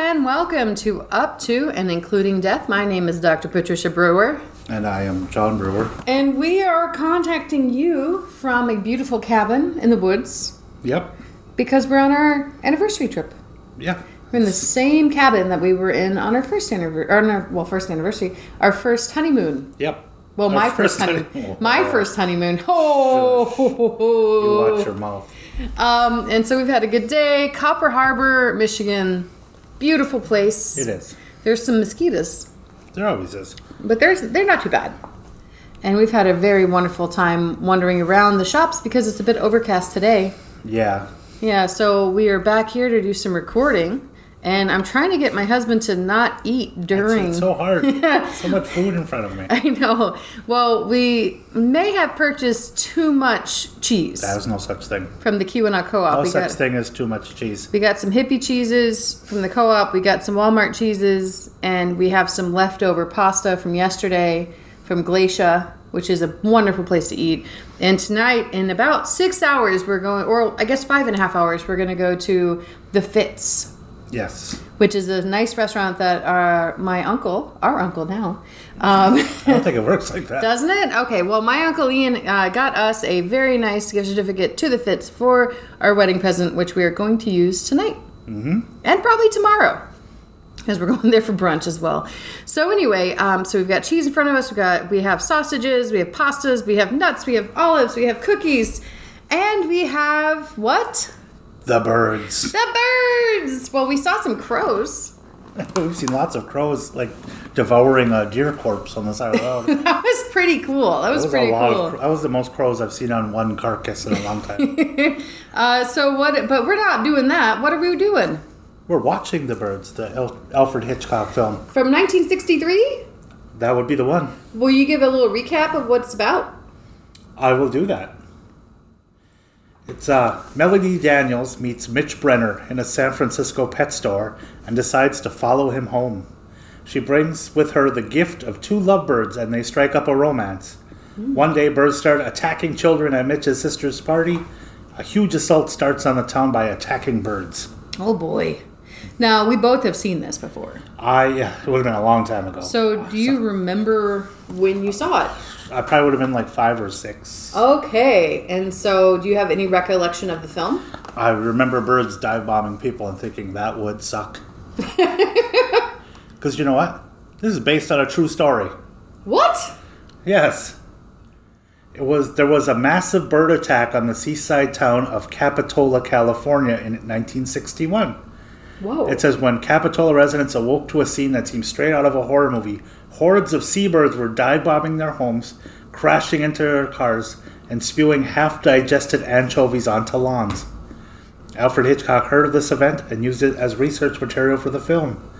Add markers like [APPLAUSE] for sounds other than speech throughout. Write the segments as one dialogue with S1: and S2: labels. S1: welcome to Up to and Including Death. My name is Dr. Patricia Brewer.
S2: And I am John Brewer.
S1: And we are contacting you from a beautiful cabin in the woods
S2: Yep.
S1: because we're on our anniversary trip.
S2: Yeah.
S1: We're in the same cabin that we were in on our first anniversary, or on our, well, first anniversary, our first honeymoon.
S2: Yep.
S1: Well,
S2: Our
S1: my first, honeymoon. My
S2: Oh.
S1: first honeymoon. Oh,
S2: You watch your mouth.
S1: Um, and so we've had a good day. Copper Harbor, Michigan. Beautiful place.
S2: It is.
S1: There's some mosquitoes,
S2: There always is.
S1: but there's they're not too bad. And we've had a very wonderful time wandering around the shops because it's a bit overcast today.
S2: Yeah.
S1: Yeah, so we are back here to do some recording. And I'm trying to get my husband to not eat
S2: It's,
S1: during. [LAUGHS]
S2: it's so hard. so much food in front of me.
S1: I know. Well, we may have purchased too much cheese
S2: There's no such thing.
S1: from the Keweenaw Co-op.
S2: No
S1: we
S2: such
S1: got
S2: thing as too much cheese.
S1: we got some hippie cheeses from the co-op. We got some Walmart cheeses, and we have some leftover pasta from yesterday from Glacia, which is a wonderful place to eat. And tonight, in about six hours, we're going, or I guess five and a half hours, we're going to go to the Fitz
S2: Yes.
S1: which is a nice restaurant that our my uncle, our uncle now, um, [LAUGHS]
S2: I don't think it works like that.
S1: doesn't it? Okay. Well, my uncle Ian uh, got us a very nice gift certificate to the Fitz for our wedding present, which we are going to use tonight mm-hmm. and probably tomorrow. Because we're [LAUGHS] going there for brunch as well. So anyway, um, so we've got cheese in front of us. We got we have sausages, we have pastas, we have nuts, we have olives, we have cookies, and we have what?
S2: The birds.
S1: The birds. Well, we saw some crows.
S2: [LAUGHS]
S1: [LAUGHS]
S2: We've seen lots of crows like devouring a deer corpse on the side of
S1: [LAUGHS]
S2: the road.
S1: That was pretty cool. That was,
S2: That was a
S1: pretty
S2: lot
S1: cool.
S2: of, cr- that was the most crows I've seen on one carcass in a
S1: [LAUGHS]
S2: long time.
S1: uh, so what? But we're not doing that. What are we doing?
S2: We're watching the birds, the Al- Alfred Hitchcock film.
S1: From 1963?
S2: That would be the one.
S1: Will you give a little recap of what it's about?
S2: I will do that. It's uh, Melody Daniels meets Mitch Brenner in a San Francisco pet store and decides to follow him home. She brings with her the gift of two lovebirds and they strike up a romance. One day, birds start attacking children at Mitch's sister's party. A huge assault starts on the town by attacking birds.
S1: Oh boy. Now we both have seen this before.
S2: I, [LAUGHS] yeah, it would have been a long time ago.
S1: So do you remember when you saw it?
S2: I probably would have been like five or six.
S1: Okay. And so do you have any recollection of the film?
S2: I remember birds dive bombing people and thinking that would suck. Because you know what? This is based on a true story.
S1: What?
S2: Yes. It was there was a massive bird attack on the seaside town of Capitola, California in 1961.
S1: Whoa.
S2: It says when Capitola residents awoke to a scene that seemed straight out of a horror movie, hordes of seabirds were dive bombing their homes, crashing into their cars, and spewing half digested anchovies onto lawns. Alfred Hitchcock heard of this event and used it as research material for the film.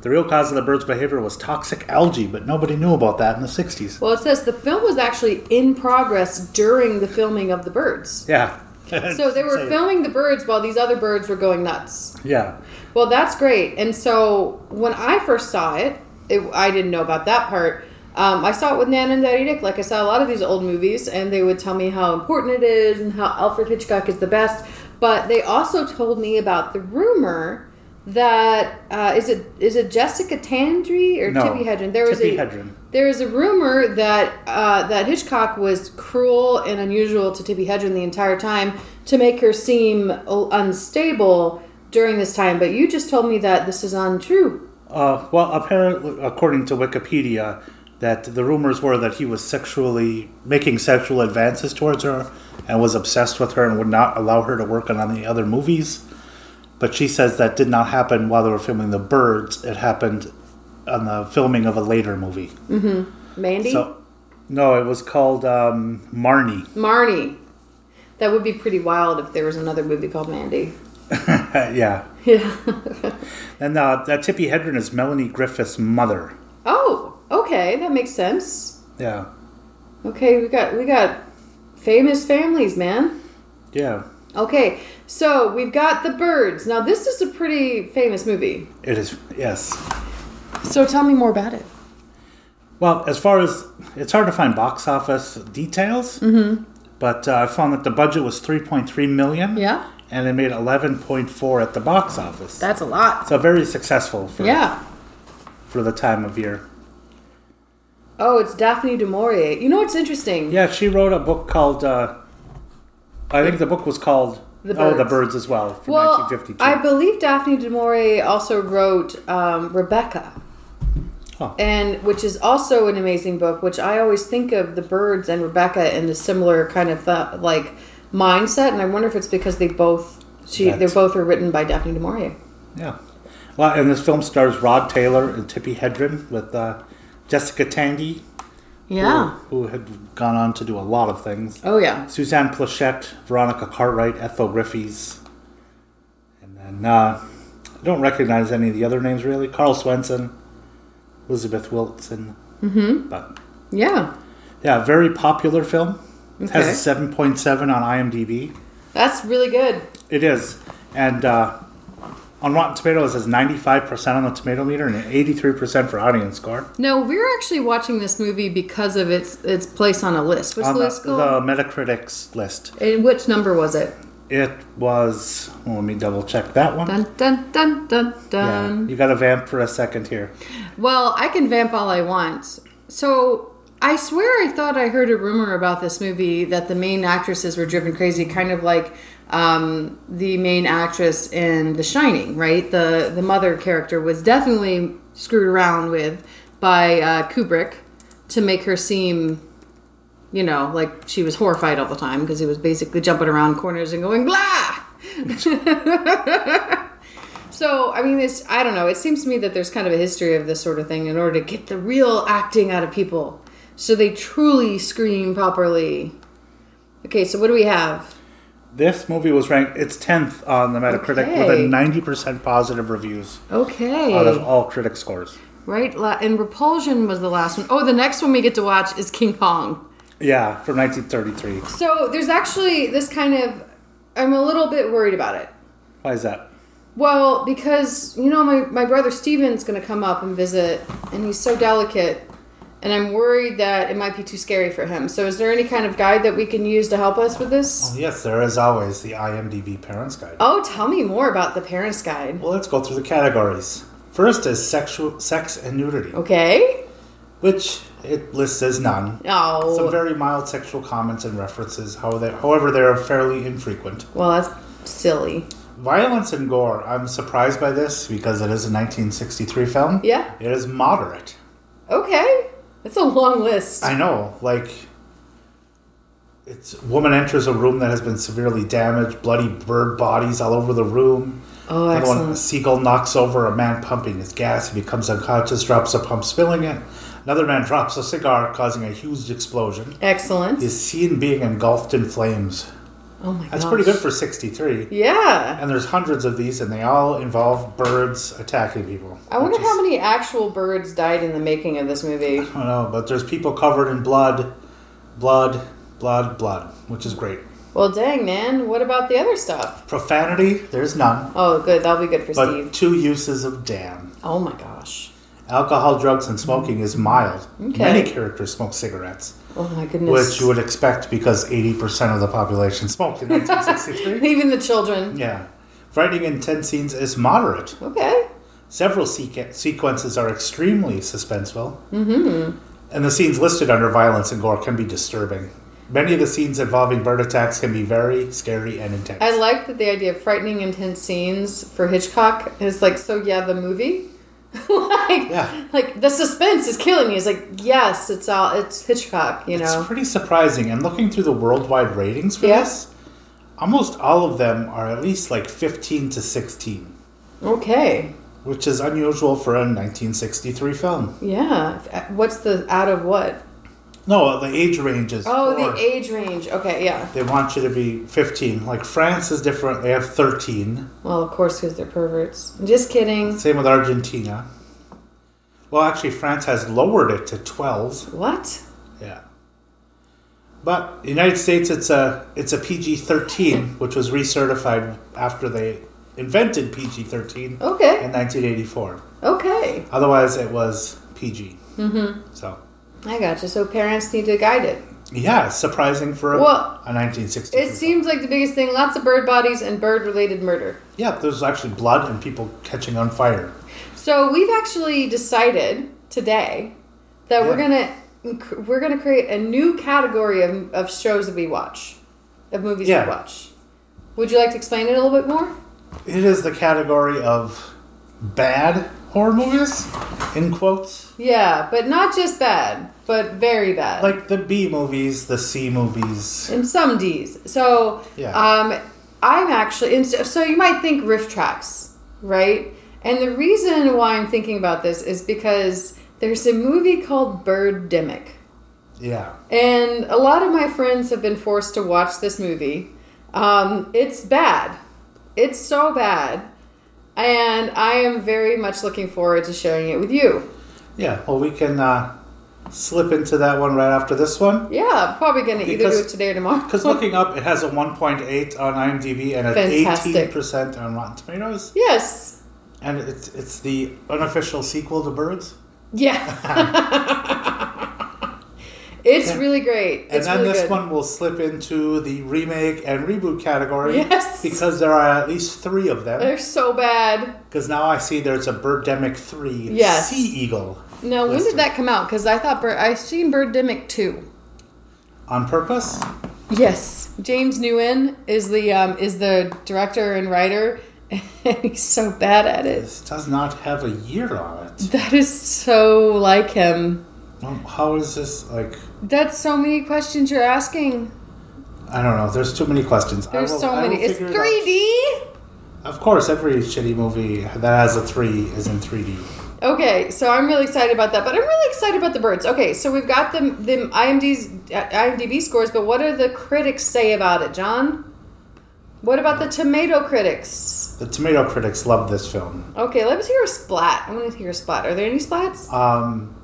S2: The real cause of the birds' behavior was toxic algae, but nobody knew about that in the 60s.
S1: well, it says the film was actually in progress during the filming of the birds.
S2: Yeah. [LAUGHS]
S1: So they were
S2: Say-
S1: filming the birds while these other birds were going nuts.
S2: Yeah.
S1: Well, that's great. And so when I first saw it, it I didn't know about that part. Um, I saw it with Nan and Daddy Dick. Like I saw a lot of these old movies, and they would tell me how important it is and how Alfred Hitchcock is the best. But they also told me about the rumor that uh, is it is it Jessica Tandry or
S2: No,
S1: Tippi Hedren? There was
S2: Tippi
S1: a
S2: Hedren.
S1: there is a rumor that uh, that Hitchcock was cruel and unusual to Tippi Hedren the entire time to make her seem u- unstable during this time. But you just told me that this is untrue.
S2: Uh, well, apparently, according to Wikipedia, that the rumors were that he was sexually making sexual advances towards her and was obsessed with her and would not allow her to work on any other movies. But she says that did not happen while they were filming The Birds. It happened on the filming of a later movie.
S1: Mandy,
S2: So, no, it was called um, Marnie. [LAUGHS]
S1: Marnie. That would be pretty wild if there was another movie called Mandy. [LAUGHS]
S2: yeah.
S1: Yeah.
S2: And uh, that Tippi Hedren is Melanie Griffith's mother.
S1: oh, okay, that makes sense.
S2: Yeah.
S1: Okay, we got we got famous families, man.
S2: Yeah.
S1: Okay, so we've got the birds. Now this is a pretty famous movie.
S2: It is. Yes.
S1: So tell me more about it.
S2: Well, as far as it's hard to find box office details, mm-hmm. but uh, I found that the budget was 3.3 million,
S1: Yeah.
S2: and it made 11.4 at the box office.
S1: That's a lot.
S2: so very successful for
S1: Yeah.
S2: for the time of year.
S1: Oh, it's Daphne du Maurier. You know what's interesting?
S2: Yeah, she wrote a book called. Uh, I think the book was called
S1: The
S2: Oh, the
S1: Birds.
S2: Birds as well from
S1: well,
S2: 1952.
S1: I believe Daphne du Maurier also wrote um, Rebecca,
S2: Huh.
S1: and which is also an amazing book. Which I always think of the birds and Rebecca in the similar kind of th- like mindset, and I wonder if it's because they both she they
S2: That's-
S1: both were written by Daphne du Maurier.
S2: Yeah. Well, and this film stars Rod Taylor and Tippi Hedren with uh, Jessica Tandy,
S1: Yeah.
S2: who, who had gone on to do a lot of things.
S1: Oh yeah.
S2: Suzanne Plachette, Veronica Cartwright, Ethel Griffiths, and then uh, I don't recognize any of the other names really. Carl Swenson, Elizabeth Wilson. Mm-hmm. But
S1: Yeah.
S2: yeah, very popular film. It has a
S1: Okay.
S2: seven point seven on IMDb.
S1: That's really good.
S2: It is, and uh, on Rotten Tomatoes, it has ninety five percent on the tomato meter and eighty three percent for audience score.
S1: No, we're actually watching this movie because of its its place on a list. What's
S2: on
S1: the
S2: the,
S1: list called?
S2: the Metacritic's list.
S1: And which number was it?
S2: It was. well, let me double check that one.
S1: Dun dun dun dun dun.
S2: Yeah, you got to vamp for a second here.
S1: Well, I can vamp all I want. So I swear I thought I heard a rumor about this movie that the main actresses were driven crazy, kind of like um, the main actress in The Shining, right? The the mother character was definitely screwed around with by uh, Kubrick to make her seem. You know, like she was horrified all the time because he was basically jumping around corners and going blah. So, I mean, it's, I don't know. It seems to me that there's kind of a history of this sort of thing in order to get the real acting out of people so they truly scream properly. Okay, so what do we have?
S2: This movie was ranked its tenth on the Metacritic with a
S1: Okay.
S2: ninety percent positive reviews out of
S1: Okay.
S2: all critic scores.
S1: Right? la- And Repulsion was the last one. Oh, the next one we get to watch is King Kong.
S2: Yeah, from nineteen thirty three.
S1: So, there's actually this kind of, I'm a little bit worried about it.
S2: Why is that?
S1: Well, because you know my, my brother Steven's gonna come up and visit and he's so delicate and I'm worried that it might be too scary for him. So is there any kind of guide that we can use to help us with this?
S2: Yes, there is always the IMDb Parents Guide.
S1: Oh, tell me more about the parents guide.
S2: Well, let's go through the categories. First is sexual, sex and nudity,
S1: Okay.
S2: which it lists as none.
S1: Oh.
S2: Some very mild sexual comments and references, how they, however, they are fairly infrequent.
S1: well, that's silly.
S2: Violence and gore, I'm surprised by this because it is a 1963 film.
S1: Yeah.
S2: It is moderate.
S1: Okay. That's a long list.
S2: I know, like, it's woman enters a room that has been severely damaged, bloody bird bodies all over the room.
S1: Oh,
S2: Another one, a
S1: excellent.
S2: seagull knocks over a man pumping his gas. He becomes unconscious, drops a pump, spilling it. Another man drops a cigar, causing a huge explosion.
S1: Excellent.
S2: Is seen being engulfed in flames.
S1: Oh my god.
S2: That's pretty good for 63.
S1: Yeah.
S2: And there's hundreds of these, and they all involve birds attacking people.
S1: I wonder
S2: which is-
S1: how many actual birds died in the making of this movie.
S2: I don't know, but there's people covered in blood, blood, blood, blood, which is great.
S1: Well, dang, man. What about the other stuff?
S2: Profanity, there's none,
S1: Oh, good. That'll be good for Steve.
S2: but two uses of damn.
S1: Oh my gosh.
S2: Alcohol, drugs, and smoking is mild.
S1: Okay.
S2: Many characters smoke cigarettes,
S1: Oh my goodness.
S2: which you would expect because 80% of the population smoked
S1: [LAUGHS]
S2: in 1963.
S1: Even the children.
S2: yeah. Writing in 10 scenes is moderate.
S1: Okay.
S2: Several sequ- sequences are extremely suspenseful, mm-hmm. and the scenes listed under violence and gore can be disturbing. Many of the scenes involving bird attacks can be very scary and intense.
S1: I like that the idea of frightening intense scenes for Hitchcock is like so yeah the movie. [LAUGHS] like
S2: Yeah.
S1: like the suspense is killing me. It's like yes, it's all it's Hitchcock, you
S2: it's
S1: know.
S2: pretty surprising, and looking through the worldwide ratings for
S1: Yeah.
S2: this, almost all of them are at least like 15 to 16,
S1: okay.
S2: which is unusual for a 1963 film.
S1: Yeah. What's the out of what?
S2: No, uh, the age range is.
S1: Oh,
S2: four.
S1: the age range. Okay, yeah.
S2: They want you to be 15. Like France is different, they have 13.
S1: Well, of course, because they're perverts. Just kidding.
S2: Same with Argentina. Well, actually, France has lowered it to 12.
S1: What?
S2: Yeah. But the United States, it's a it's a PG 13, which was recertified after they invented PG 13 in
S1: Okay.
S2: 1984.
S1: Okay.
S2: Otherwise, it was PG. Mm-hmm. So,
S1: I gotcha. So parents need to guide it.
S2: Yeah, it's surprising for a,
S1: Well,
S2: a 1960.
S1: It seems like the biggest thing lots of bird bodies and bird related murder.
S2: Yeah, there's actually blood and people catching on fire.
S1: So we've actually decided today that we're gonna inc- we're gonna create a new category of, of shows that we watch, of movies
S2: Yeah.
S1: we watch. Would you like to explain it a little bit more?
S2: It is the category of bad horror movies, in quotes.
S1: Yeah, but not just bad, but very bad.
S2: Like the B movies, the C movies.
S1: and some D's. So
S2: Yeah.
S1: um, I'm actually and so, so you might think riff tracks, right? And the reason why I'm thinking about this is because there's a movie called Birdemic.
S2: Yeah.
S1: And a lot of my friends have been forced to watch this movie. Um, it's bad. It's so bad. And I am very much looking forward to sharing it with you.
S2: Yeah, well, we can uh, slip into that one right after this one.
S1: Yeah, probably going to either do
S2: Because-
S1: it today or
S2: [LAUGHS]
S1: tomorrow.
S2: Because looking up, it has a 1.8 on IMDb and an
S1: Fantastic.
S2: 18% on Rotten Tomatoes.
S1: yes.
S2: And it's, it's the unofficial sequel to Birds. [LAUGHS]
S1: Yeah. it's
S2: Yeah.
S1: really great.
S2: And
S1: It's
S2: then
S1: really
S2: this
S1: good.
S2: one will slip into the remake and reboot category.
S1: Yes. Uh.
S2: Because there are at least three of them.
S1: They're so bad.
S2: Because now I see there's a Birdemic 3
S1: Yes.
S2: Sea Eagle.
S1: Now, when
S2: Listen.
S1: did that come out? Because I thought Bird, I seen Birdemic 2.
S2: On purpose?
S1: Yes, James Newen is the um, is the director and writer, [LAUGHS] and he's so bad at it.
S2: This does not have a year on it.
S1: That is so like him.
S2: Well, How is this, like,
S1: That's so many questions you're asking.
S2: I don't know. There's too many questions. I
S1: There's
S2: will-
S1: so
S2: I will
S1: many. It's
S2: figure it out.
S1: 3D.
S2: Of course, every shitty movie that has a three is in 3D.
S1: Okay, so I'm really excited about that, but I'm really excited about the birds. Okay, so we've got the the IMD's IMDb scores, but what do the critics say about it, John? What about the tomato critics?
S2: The tomato critics love this film.
S1: Okay, let us hear a splat. I want to hear a splat. Are there any splats?
S2: Um,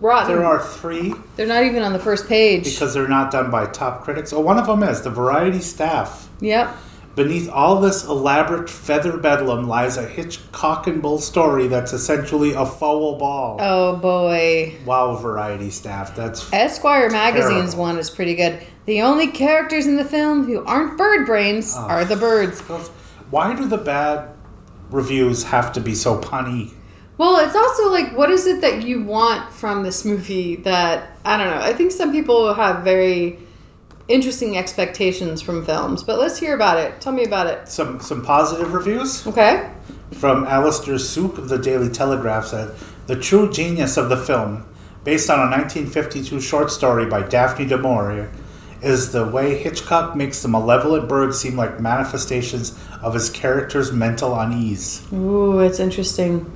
S1: Rotten.
S2: there are three
S1: They're not even on the first page.
S2: because they're not done by top critics. Oh, one of them is the variety staff.
S1: yep.
S2: Beneath all this elaborate feather bedlam lies a Hitchcock and Bull story that's essentially a foul ball.
S1: Oh boy.
S2: Wow, variety staff. That's
S1: Esquire magazine's
S2: Terrible.
S1: one is pretty good. The only characters in the film who aren't bird brains
S2: Ah.
S1: are the birds.
S2: why do the bad reviews have to be so punny?
S1: Well, it's also like, what is it that you want from this movie that, I don't know, I think some people have very interesting expectations from films, but let's hear about it. Tell me about it.
S2: Some some positive reviews.
S1: Okay?
S2: from Alistair Souk of the Daily Telegraph said, The true genius of the film, based on a 1952 short story by Daphne du Maurier, is the way Hitchcock makes the malevolent birds seem like manifestations of his character's mental unease.
S1: Ooh, it's interesting.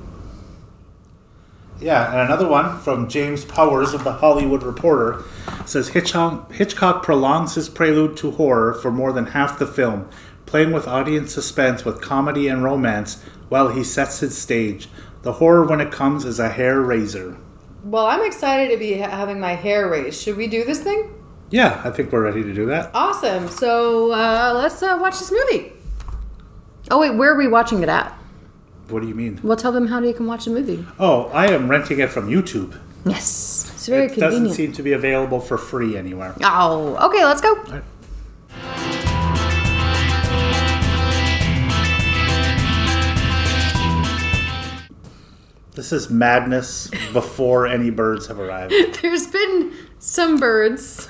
S2: Yeah, and another one from James Powers of The Hollywood Reporter says Hitchcock, Hitchcock prolongs his prelude to horror for more than half the film, playing with audience suspense with comedy and romance while he sets his stage. The horror when it comes is a hair raiser.
S1: Well, I'm excited to be ha- having my hair raised. Should we do this thing?
S2: Yeah, I think we're ready to do that.
S1: Awesome. So uh, let's uh, watch this movie. Oh wait, where are we watching it at?
S2: What do you mean?
S1: We'll tell them how they can watch the movie.
S2: Oh, I am renting it from YouTube.
S1: Yes, it's very
S2: it doesn't
S1: convenient.
S2: seem to be available for free anywhere.
S1: oh, okay. Let's go. [LAUGHS]
S2: This is madness before any birds have arrived.
S1: [LAUGHS] There's been some birds.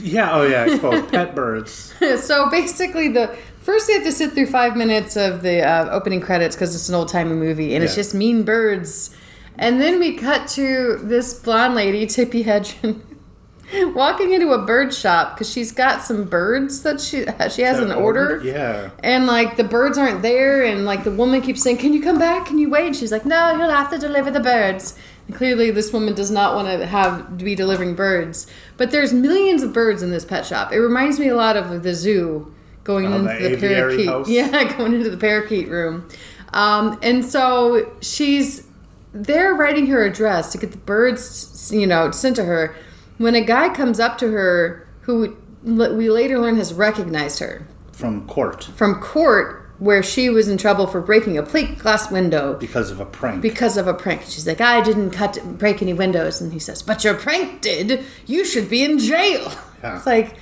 S2: Yeah, oh yeah, I suppose pet birds.
S1: [LAUGHS] so basically, the first we have to sit through five minutes of the uh, opening credits because it's an old timey movie and it's
S2: Yeah.
S1: just mean birds. And then we cut to this blonde lady, Tippy Hedren, [LAUGHS] walking into a bird shop because she's got some birds that she she has an order.
S2: Yeah.
S1: And like the birds aren't there, and like the woman keeps saying, "Can you come back? Can you wait?" And she's like, "No, you'll have to deliver the birds." And clearly, this woman does not want to have to be delivering birds. But there's millions of birds in this pet shop. It reminds me a lot of the zoo going
S2: Oh,
S1: into
S2: the
S1: the,
S2: aviary
S1: parakeet. [LAUGHS]
S2: house?
S1: Yeah, going into the parakeet room. Um, and so she's there writing her address to get the birds, you know, sent to her. When a guy comes up to her, who we later learn has recognized her
S2: From court.
S1: from court where she was in trouble for breaking a plate glass window
S2: because of a prank.
S1: because of a prank. She's like, I didn't cut break any windows, and he says, But your prank did. You should be in jail.
S2: Yeah.
S1: It's like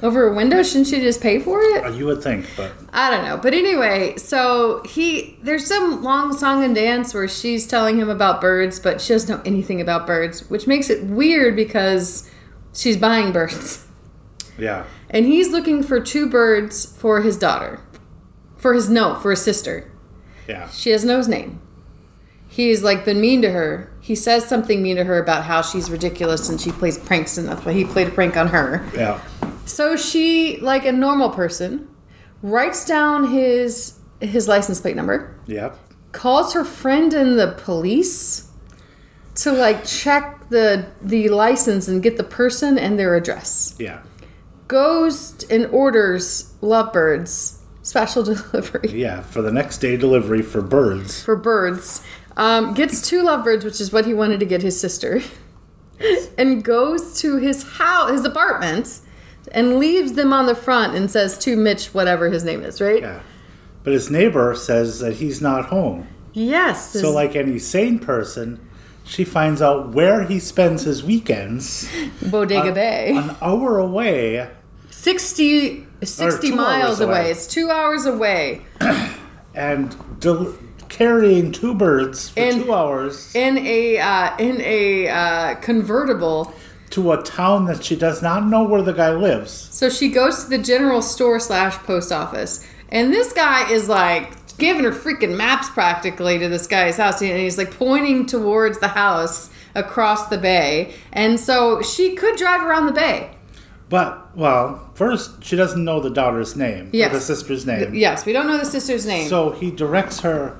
S1: over a window. Shouldn't she just pay for it?
S2: Uh, you would think, but
S1: I don't know. But anyway, so he there's some long song and dance where she's telling him about birds, but she doesn't know anything about birds, which makes it weird because she's buying birds. [LAUGHS]
S2: yeah.
S1: And he's looking for two birds for his daughter. For his no, for his sister.
S2: Yeah.
S1: She doesn't know his name. He's like been mean to her. He says something mean to her about how she's ridiculous and she plays pranks and that's why he played a prank on her.
S2: Yeah.
S1: So she, like a normal person, writes down his his license plate number,
S2: Yeah.
S1: calls her friend and the police to like check the the license and get the person and their address.
S2: Yeah.
S1: Goes and orders lovebirds special [LAUGHS] delivery
S2: Yeah. For the next day delivery for birds.
S1: for birds. Um, gets two lovebirds, which is what he wanted to get his sister, [LAUGHS] and goes to his house, his apartment, and leaves them on the front and says to Mitch, whatever his name is, right?
S2: Yeah. But his neighbor says that he's not home.
S1: Yes.
S2: So, like any sane person, she finds out where he spends his weekends,
S1: Bodega
S2: uh,
S1: Bay.
S2: an hour away.
S1: 60, 60
S2: two
S1: miles
S2: hours away.
S1: away. It's two hours away.
S2: and del- carrying two birds for
S1: And-
S2: two hours
S1: In a, uh, in a uh, convertible.
S2: to a town that she does not know where the guy lives.
S1: So she goes to the general store slash post office. And this guy is like giving her freaking maps practically to this guy's house. And he's like pointing towards the house across the bay. And so she could drive around the bay.
S2: But well, first she doesn't know the daughter's name
S1: Yes.
S2: or the sister's name.
S1: Yes, we don't know the sister's name.
S2: So he directs her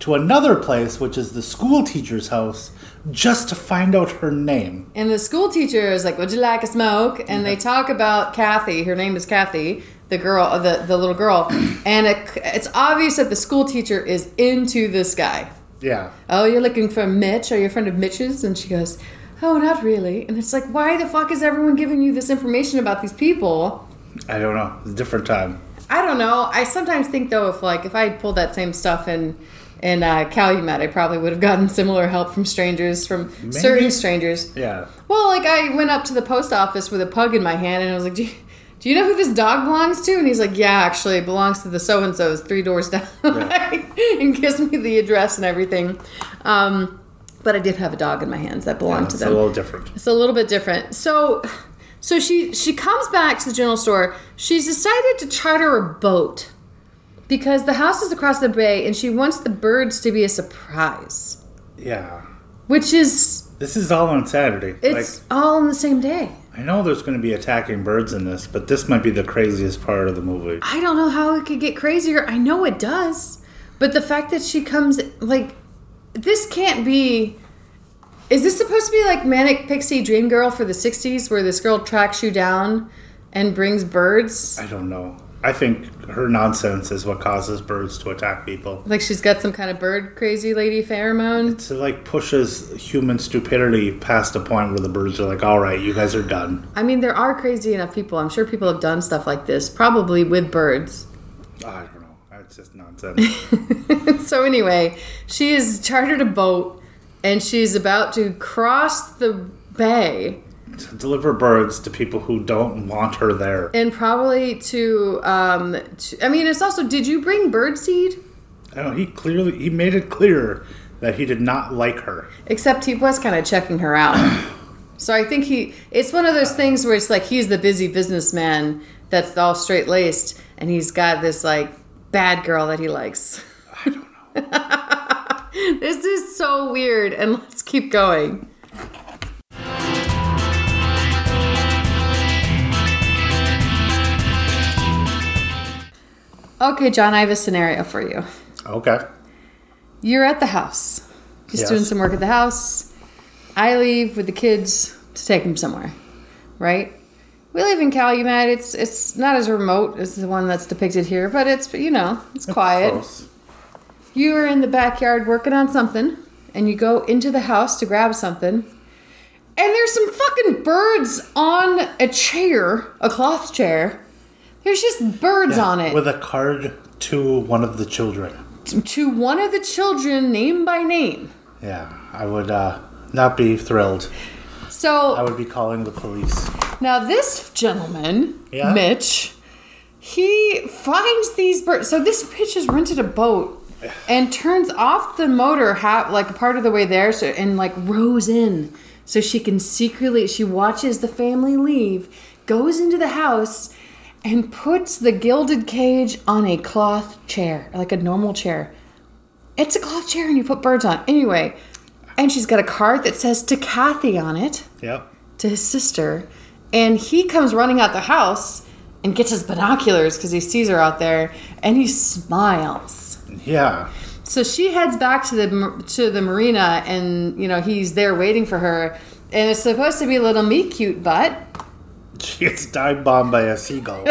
S2: to another place, which is the school teacher's house, just to find out her name.
S1: And the school teacher is like, "Would you like a smoke?" And they talk about Kathy. Her name is Kathy, the girl, the the little girl. and it, it's obvious that the school teacher is into this guy.
S2: Yeah.
S1: Oh, you're looking for Mitch? Are you a friend of Mitch's? And she goes, "Oh, not really." And it's like, why the fuck is everyone giving you this information about these people?
S2: I don't know. It's a different time.
S1: I don't know. I sometimes think though, if like if I had pulled that same stuff in in uh, Calumet, I probably would have gotten similar help from strangers, from
S2: Maybe.
S1: certain strangers.
S2: Yeah.
S1: Well, like I went up to the post office with a pug in my hand, and I was like, "Do you, do you know who this dog belongs to?" And he's like, "Yeah, actually, it belongs to the so and so's three doors down," [LAUGHS] and gives me the address and everything. Um, but I did have a dog in my hands that belonged to
S2: It's a
S1: them.
S2: little different.
S1: It's a little bit different. So, so she she comes back to the general store. She's decided to charter a boat because the house is across the bay, and she wants the birds to be a surprise,
S2: Yeah.
S1: which is
S2: This is all on Saturday.
S1: it's all on the same day.
S2: I know there's going to be attacking birds in this, but this might be the craziest part of the movie.
S1: I don't know how it could get crazier. I know it does. But the fact that she comes, like, this can't be. Is this supposed to be like Manic Pixie Dream Girl for the 60s, where this girl tracks you down and brings birds?
S2: I don't know. I think her nonsense is what causes birds to attack people.
S1: Like, she's got some kind of bird crazy lady pheromone?
S2: So like pushes human stupidity past a point where the birds are like, "All right, you guys are done."
S1: I mean, there are crazy enough people. I'm sure people have done stuff like this, probably with birds. [LAUGHS]
S2: I don't know. That's just nonsense.
S1: so anyway, she has chartered a boat and she's about to cross the bay.
S2: to deliver birds to people who don't want her there.
S1: and probably to um to, i mean it's also did you bring birdseed
S2: I don't. He clearly he made it clear that he did not like her.
S1: except he was kind of checking her
S2: [COUGHS]
S1: out so i think he it's one of those things where it's like he's the busy businessman that's all straight laced and he's got this like bad girl that he likes
S2: I don't know.
S1: [LAUGHS] this is so weird and let's keep going okay john i have a scenario for you
S2: Okay.
S1: You're at the house, just
S2: Yes.
S1: doing some work at the house. I leave with the kids to take them somewhere, right? We live in Calumet. It's it's not as remote as the one that's depicted here, but it's you know it's quiet.
S2: Close.
S1: You are in the backyard working on something, and you go into the house to grab something, and there's some fucking birds on a chair, a cloth chair. There's just birds on it
S2: With a card to one of the children.
S1: T- to one of the children, name by name.
S2: Yeah, I would uh, not be thrilled. I
S1: So
S2: would be calling the police.
S1: now this gentleman,
S2: Yeah.
S1: Mitch, he finds these birds. So this bitch has rented a boat and turns off the motor half, like part of the way there, so and like rows in, so she can secretly. She watches the family leave, goes into the house, and puts the gilded cage on a cloth chair, like a normal chair. It's a cloth chair, and you put birds on anyway. And she's got a card that says to Kathy on it
S2: Yep.
S1: to his sister, and he comes running out the house and gets his binoculars because he sees her out there, and he smiles.
S2: Yeah. [LAUGHS]
S1: So she heads back to the to the marina, and you know he's there waiting for her, and it's supposed to be a little meet cute butt,
S2: She gets dive bombed by a
S1: [LAUGHS]
S2: seagull.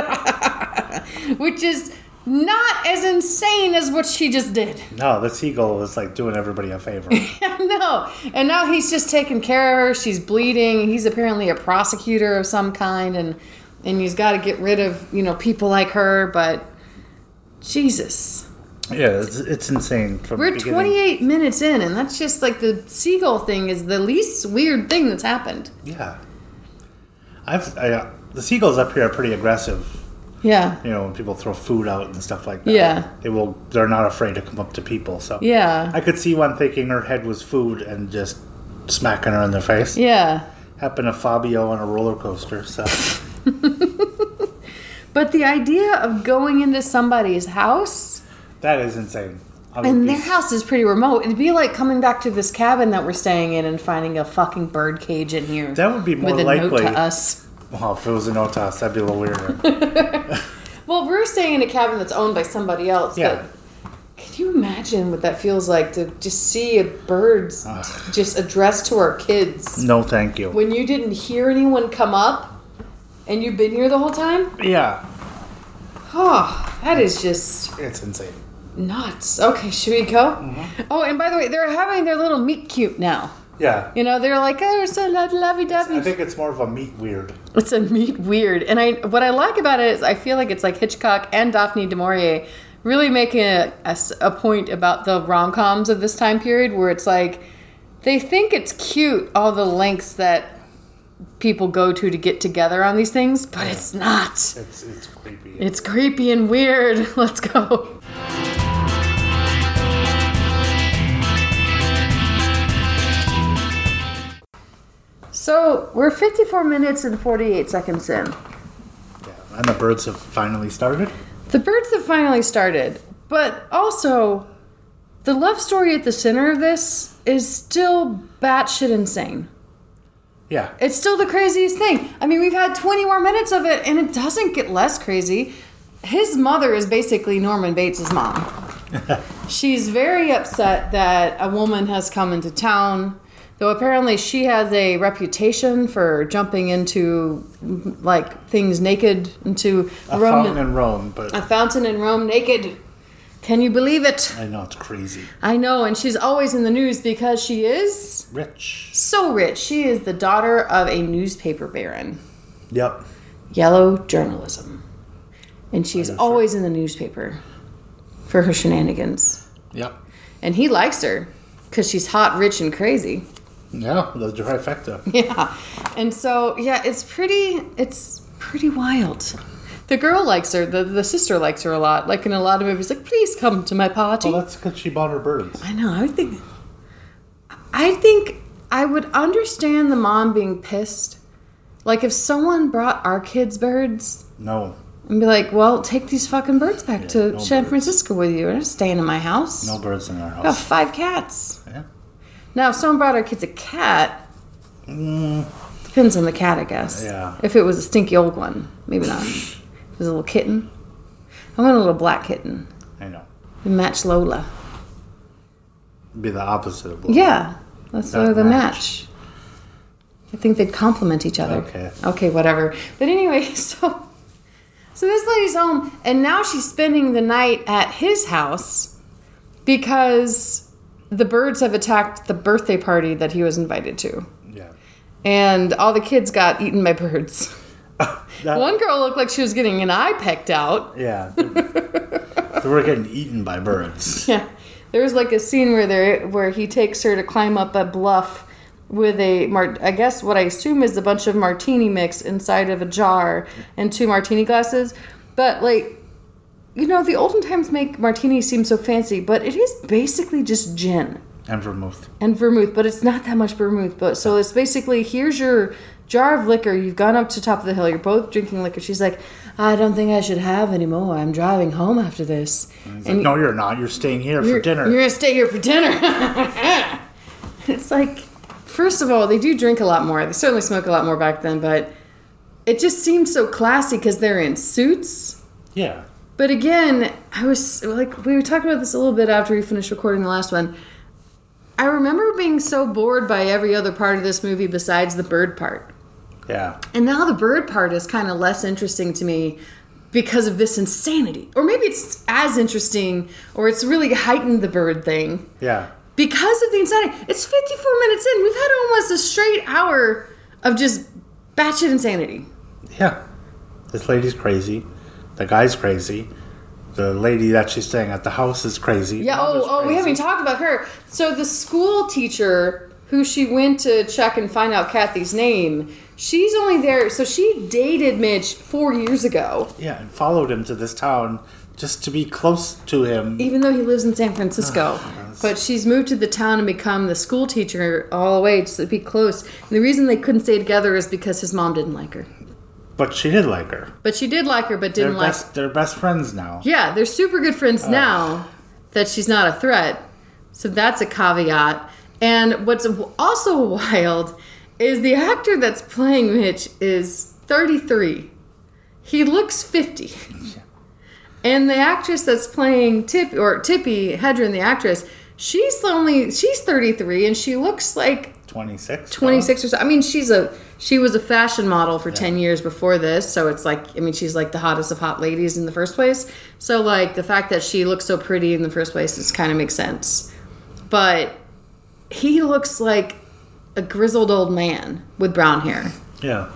S1: which is not as insane as what she just did.
S2: no, the seagull was like doing everybody a favor.
S1: [LAUGHS] no, and now he's just taking care of her. She's bleeding. He's apparently a prosecutor of some kind, and and he's got to get rid of you know people like her. But Jesus.
S2: yeah, it's, it's insane. From
S1: We're
S2: the beginning.
S1: 28 minutes in, and that's just like the seagull thing is the least weird thing that's happened.
S2: Yeah. I've I, uh, the seagulls up here are pretty aggressive.
S1: Yeah.
S2: You know, when people throw food out and stuff like that.
S1: Yeah.
S2: They will. They're not afraid to come up to people. So
S1: Yeah.
S2: I could see one thinking her head was food and just smacking her in the face.
S1: Yeah.
S2: Happened to Fabio on a roller coaster.
S1: [LAUGHS]
S2: So
S1: But the idea of going into somebody's house,
S2: that is insane. I would
S1: and
S2: be-
S1: their house is pretty remote, it'd be like coming back to this cabin that we're staying in and finding a fucking bird cage in here.
S2: That would be more
S1: with a note
S2: likely.
S1: to us.
S2: Well, if it was an otas, that'd be a little
S1: [LAUGHS]
S2: weirder. [LAUGHS]
S1: Well, we're staying in a cabin that's owned by somebody else.
S2: Yeah.
S1: But can you imagine what that feels like to just see a bird's just addressed to our kids?
S2: no, thank you.
S1: when you didn't hear anyone come up and you've been here the whole time?
S2: Yeah,
S1: Oh, that is just
S2: it's insane.
S1: nuts. Okay, should we go?
S2: Mm-hmm.
S1: Oh, and by the way, they're having their little meet cute now.
S2: Yeah.
S1: You know, they're like, oh, we're so lovey
S2: I
S1: dovey.
S2: think it's more of a meat weird.
S1: It's a meet weird. And I, what I like about it is I feel like it's like Hitchcock and Daphne du Maurier really making a, a s- a point about the rom coms of this time period where it's like they think it's cute all the lengths that people go to to get together on these things, but it's not.
S2: It's it's creepy.
S1: It's creepy and weird. [LAUGHS] Let's go. So we're 54 minutes and 48 seconds in.
S2: Yeah, and the birds have finally started.
S1: The birds have finally started, but also the love story at the center of this is still batshit insane.
S2: Yeah, [LAUGHS]
S1: It's still the craziest thing. I mean, we've had 20 more minutes of it and it doesn't get less crazy. His mother is basically Norman Bates' mom. She's very upset that a woman has come into town, though apparently she has a reputation for jumping into like things naked into
S2: a
S1: Roman-
S2: fountain in Rome, but
S1: a fountain in Rome naked. Can you believe it?
S2: I know it's crazy.
S1: I know, and she's always in the news because she is
S2: Rich.
S1: so rich. She is the daughter of a newspaper baron.
S2: Yep.
S1: yellow journalism. And she's always in the newspaper for her shenanigans.
S2: Yep.
S1: And he likes her because she's hot, rich, and crazy.
S2: Yeah, the trifecta.
S1: [LAUGHS] Yeah. And so, yeah, it's pretty, it's pretty wild. The girl likes her, the, the sister likes her a lot. Like in a lot of movies, like, please come to my party.
S2: Well, Oh, that's because she bought her birds.
S1: I know, I would think, I think I would understand the mom being pissed. Like if someone brought our kids birds,
S2: No,
S1: and be like, "Well, take these fucking birds back to
S2: no
S1: San
S2: birds.
S1: Francisco with you. They're not staying in my house.
S2: no birds in our
S1: I got
S2: house.
S1: five cats.
S2: Yeah.
S1: Now, if someone brought our kids a cat,
S2: Mm,
S1: depends on the cat, I guess.
S2: Yeah.
S1: If it was a stinky old one, maybe not. if it was a little kitten, I want a little black kitten.
S2: I know.
S1: to match Lola.
S2: Be the opposite of blue.
S1: Yeah, that's
S2: That
S1: sort of the match.
S2: match.
S1: I think they'd complement each other.
S2: Okay.
S1: Okay, whatever. But anyway, [LAUGHS] so so this lady's home, and now she's spending the night at his house because the birds have attacked the birthday party that he was invited to,
S2: Yeah.
S1: [LAUGHS] and all the kids got eaten by birds.
S2: That-
S1: [LAUGHS] One girl looked like she was getting an eye pecked out.
S2: Yeah. They were getting eaten by birds.
S1: Yeah, there was like a scene where there where he takes her to climb up a bluff with a mar- I guess what I assume is a bunch of martini mix inside of a jar and two martini glasses, but like. You know, the olden times make martinis seem so fancy, but it is basically just gin
S2: And vermouth.
S1: and vermouth, but it's not that much vermouth. But so it's basically here's your jar of liquor. You've gone up to top of the hill. You're both drinking liquor. She's like, I don't think I should have any more. I'm driving home after this.
S2: He's like, no, you're not. You're staying here for dinner.
S1: You're gonna stay here for dinner. [LAUGHS] it's like, first of all, they do drink a lot more. They certainly smoke a lot more back then, but it just seemed so classy because they're in suits.
S2: yeah.
S1: But again, I was like, we were talking about this a little bit after we finished recording the last one. I remember being so bored by every other part of this movie besides the bird part.
S2: Yeah.
S1: And now the bird part is kind of less interesting to me because of this insanity. Or maybe it's as interesting, or it's really heightened the bird thing
S2: Yeah.
S1: because of the insanity. It's 54 minutes in. We've had almost a straight hour of just batshit insanity.
S2: Yeah. This lady's crazy. The guy's crazy. The lady that she's staying at the house is crazy.
S1: Yeah. Oh,
S2: Mother's
S1: oh, we
S2: crazy.
S1: haven't even talked about her. So the school teacher who she went to check and find out Kathy's name, she's only there. So she dated Mitch four years ago,
S2: Yeah, and followed him to this town just to be close to him.
S1: even though he lives in San
S2: [SIGHS]
S1: Francisco. but she's moved to the town and become the school teacher all the way just to be close. And the reason they couldn't stay together is because his mom didn't like her.
S2: But she did like her.
S1: But she did like her, but
S2: They're
S1: didn't like.
S2: best. They're best friends now.
S1: Yeah, they're super good friends now that she's not a threat. So that's a caveat. And what's also [LAUGHS] wild is the actor that's playing Mitch is 33. He looks 50. And the actress that's playing Tip or Tippy Hedren, the actress, she's only she's 33 and she looks like
S2: Twenty six.
S1: 26 or so. I mean, she's a she was a fashion model for 10 years before this, so it's like I mean, she's like the hottest of hot ladies in the first place. So like the fact that she looks so pretty in the first place just kind of makes sense. But he looks like a grizzled old man with brown hair.
S2: Yeah.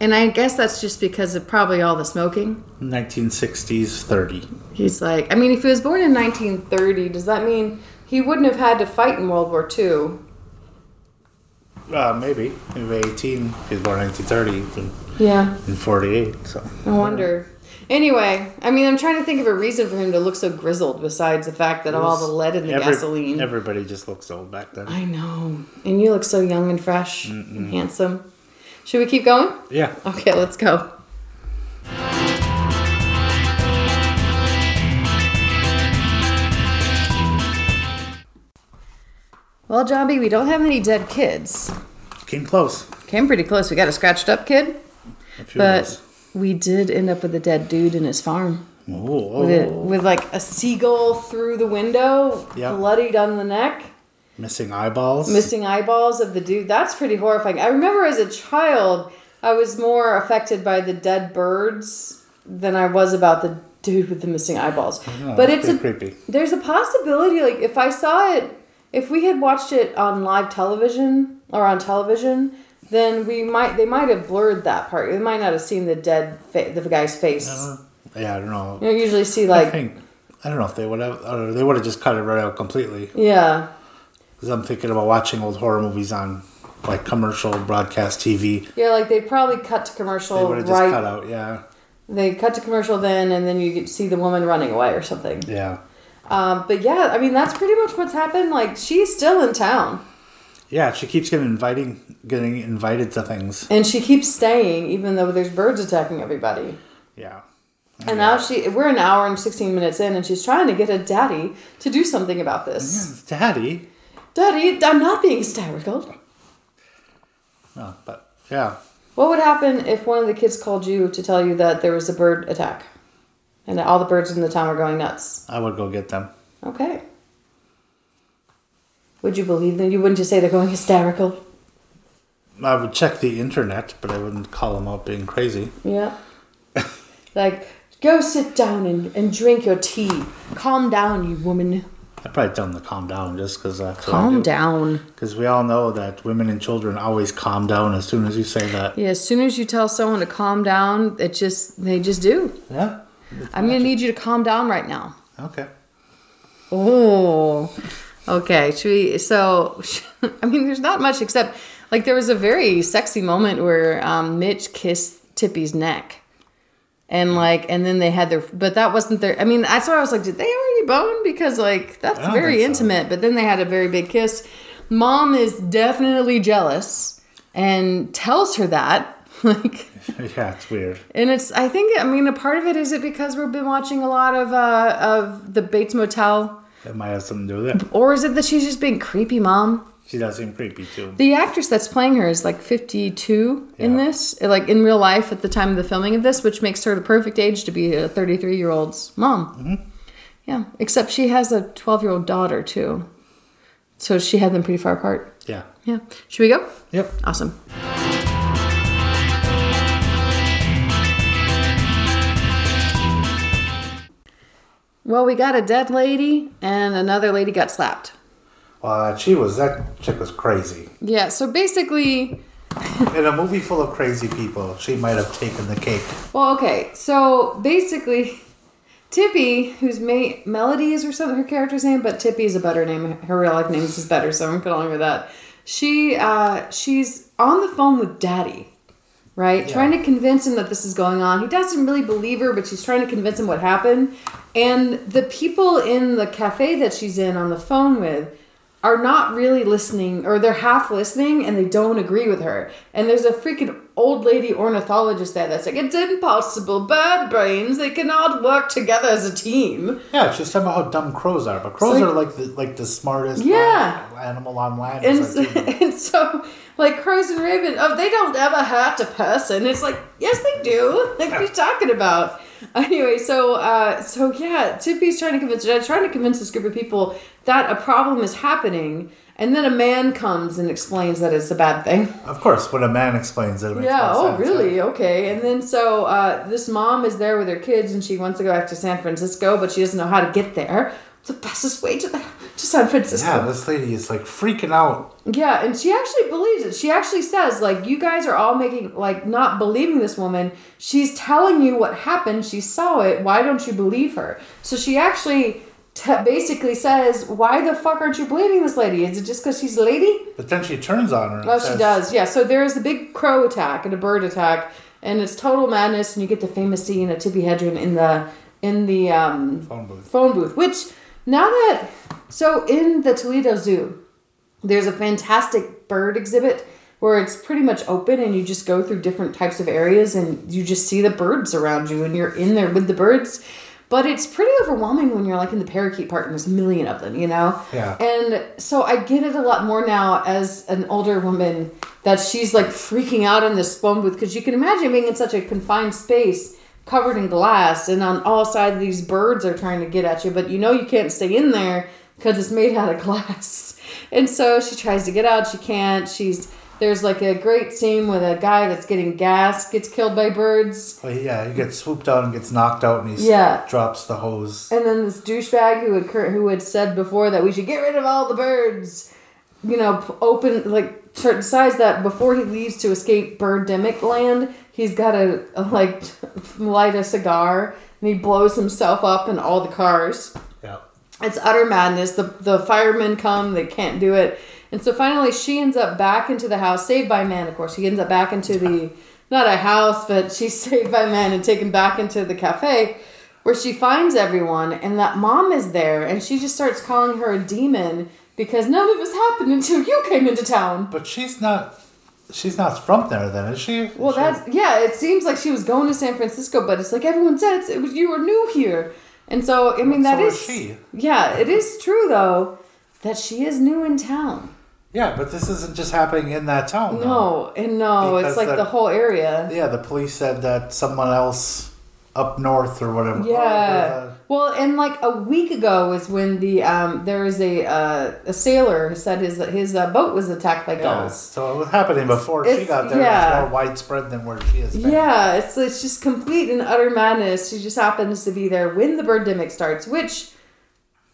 S1: And I guess that's just because of probably all the smoking.
S2: Nineteen sixties thirty.
S1: He's like, I mean, if he was born in 1930, does that mean he wouldn't have had to fight in World War II?
S2: Uh, maybe. Maybe eighteen. He's born nineteen thirty
S1: Yeah.
S2: in forty eight. So
S1: No wonder. Anyway, I mean, I'm trying to think of a reason for him to look so grizzled besides the fact that of all the lead in the
S2: Every-
S1: gasoline.
S2: Everybody just looks old back then.
S1: I know. And you look so young and fresh and handsome. Should we keep going?
S2: yeah.
S1: Okay, let's go. Well, John B., we don't have any dead kids.
S2: Came close.
S1: Came pretty close. We got a scratched up kid,
S2: A few
S1: but
S2: years.
S1: we did end up with a dead dude in his farm.
S2: Ooh,
S1: with it
S2: oh.
S1: with like a seagull through the window,
S2: Yeah.
S1: bloodied on the neck,
S2: missing eyeballs.
S1: missing eyeballs of the dude. That's pretty horrifying. I remember as a child, I was more affected by the dead birds than I was about the dude with the missing eyeballs. but
S2: that's
S1: it's a,
S2: pretty creepy.
S1: There's a possibility, like if I saw it, if we had watched it on live television or on television. Then we might they might have blurred that part. They might not have seen the dead fa- the guy's face.
S2: Uh, yeah, I don't know.
S1: You usually see
S2: I
S1: like
S2: think I don't know if they would have. Or they would have just cut it right out completely.
S1: yeah,
S2: Because I'm thinking about watching old horror movies on like commercial broadcast TV.
S1: Yeah, like they probably cut to
S2: They
S1: commercial
S2: would have just
S1: Oh, right.
S2: cut out. Yeah,
S1: They cut to commercial then, and then you get to see the woman running away or something.
S2: yeah,
S1: Um, but yeah, I mean that's pretty much what's happened. Like she's still in town,
S2: yeah. She keeps getting inviting, getting invited to things.
S1: and she keeps staying even though there's birds attacking everybody.
S2: Yeah,
S1: And now she, we're an hour and sixteen minutes in, and she's trying to get a daddy to do something about this.
S2: Daddy.
S1: Daddy, I'm not being hysterical.
S2: No, but yeah,
S1: What would happen if one of the kids called you to tell you that there was a bird attack, and that all the birds in the town were going nuts?
S2: I would go get them.
S1: Okay. Would you believe them? You wouldn't just say they're going hysterical.
S2: I would check the internet, but I wouldn't call them out being crazy.
S1: Yeah. [LAUGHS] like, go sit down and, and drink your tea. Calm down, you woman.
S2: I probably tell them to calm down, just because.
S1: Calm down.
S2: Because we all know that women and children always calm down as soon as you say that.
S1: Yeah, as soon as you tell someone to calm down, it just they just do.
S2: Yeah.
S1: I'm going to need you to calm down right now.
S2: Okay. [LAUGHS]
S1: Oh, okay. Should we? So, [LAUGHS] I mean, there's not much except like there was a very sexy moment where um, Mitch kissed Tippy's neck, and like, and then they had their, but that wasn't their. I mean, that's why I was like, did they already bone? Because like that's
S2: don't
S1: very
S2: think so.
S1: intimate. But then they had a very big kiss. Mom is definitely jealous and tells her that. [LAUGHS] Like,
S2: yeah, it's weird.
S1: and it's I think I mean a part of it is it because we've been watching a lot of uh of the Bates Motel.
S2: That might have something to do with it.
S1: Or is it that she's just being creepy, mom?
S2: She does seem creepy too.
S1: The actress that's playing her is like 52 in
S2: Yeah.
S1: this, like in real life at the time of the filming of this, which makes her the perfect age to be a 33 year old's mom. Yeah, except she has a 12 year old daughter too. So she had them pretty far apart.
S2: Yeah.
S1: Yeah. Should we go?
S2: Yep.
S1: Awesome. Well, we got a dead lady, and another lady got slapped.
S2: Uh, she was that chick was crazy.
S1: Yeah, so basically,
S2: In a movie full of crazy people, she might have taken the cake.
S1: well, okay, so basically, Tippy, whose ma- Melody is or something her character's name, but Tippy is a better name. Her real life name is just better, so I'm calling her that. She, uh, she's on the phone with Daddy, right?
S2: Yeah.
S1: Trying to convince him that this is going on. He doesn't really believe her, but she's trying to convince him what happened. And the people in the cafe that she's in on the phone with are not really listening or they're half listening and they don't agree with her. And there's a freaking old lady ornithologist there that's like, it's impossible. Bird brains, they cannot work together as a team.
S2: Yeah, she's talking about how dumb crows are, but crows
S1: like-
S2: are like the like the smartest
S1: Yeah.
S2: animal on land.
S1: And,
S2: It's
S1: so, [LAUGHS]
S2: like,
S1: and so, like crows and raven, oh, they don't ever hurt a person. It's like, yes, they do. [LAUGHS] Like, what are you talking about? [LAUGHS] Anyway, so uh, so yeah, Tippy's trying to convince uh, trying to convince this group of people that a problem is happening, and then a man comes and explains that it's a bad thing.
S2: Of course, when a man explains it, it makes
S1: Yeah.
S2: more
S1: Oh,
S2: sense,
S1: really?
S2: right?
S1: Okay. And then so uh, this mom is there with her kids, and she wants to go back to San Francisco, but she doesn't know how to get there. It's the fastest way to the to San Francisco.
S2: Yeah, this lady is like freaking out.
S1: Yeah, and she actually believes it. She actually says, like, you guys are all making, like, not believing this woman. She's telling you what happened. She saw it. Why don't you believe her? So she actually te- basically says, why the fuck aren't you believing this lady? Is it just because she's a lady?
S2: But then she turns on her. and
S1: Oh, she
S2: says-
S1: does. Yeah. So there is a big crow attack and a bird attack, and it's total madness. And you get the famous scene of Tippi Hedren in the in the um,
S2: Phone booth.
S1: phone booth. Which now that so in the Toledo Zoo, there's a fantastic bird exhibit where it's pretty much open, and you just go through different types of areas, and you just see the birds around you, and you're in there with the birds. But it's pretty overwhelming when you're like in the parakeet part and there's a million of them, you know?
S2: Yeah.
S1: And so I get it a lot more now as an older woman that she's like freaking out in this phone booth because you can imagine being in such a confined space covered in glass and on all sides these birds are trying to get at you, but you know you can't stay in there because it's made out of [LAUGHS] glass. And so she tries to get out, she can't. She's there's like a great scene with a guy that's getting gas gets killed by birds.
S2: Well, yeah, he gets swooped out and gets knocked out, and he
S1: Yeah.
S2: drops the hose.
S1: And then this douchebag who had cur- who had said before that we should get rid of all the birds, you know, p- open like t- decides that before he leaves to escape Birdemic Land, he's got to like [LAUGHS] light a cigar and he blows himself up in all the cars.
S2: Yeah.
S1: It's utter madness. The the firemen come, they can't do it, and so finally she ends up back into the house, saved by man, of course. She ends up back into the not a house, but she's [LAUGHS] saved by man and taken back into the cafe, where she finds everyone, and that mom is there, and she just starts calling her a demon because none of this happened until you came into town.
S2: But she's not. She's not from there, then, is she?
S1: Well,
S2: She-
S1: that's yeah. It seems like she was going to San Francisco, but it's like everyone says it was you were new here, and so I mean
S2: So
S1: that is
S2: is she.
S1: yeah. It is true though that she is new in town.
S2: Yeah, but this isn't just happening in that town. though.
S1: No, and no, it's
S2: Because
S1: like the,
S2: the-
S1: whole area.
S2: Yeah, the police said that someone else up north or whatever.
S1: Yeah.
S2: Oh,
S1: Well, and like a week ago was when the um there was a uh, a sailor who said his his uh, boat was attacked by
S2: the- yeah,
S1: gulls.
S2: So it was happening before she
S1: It's-
S2: got there.
S1: yeah.
S2: It's more widespread than where she is. now.
S1: Yeah, it's it's just complete and utter madness. She just happens to be there when the birdemic starts, which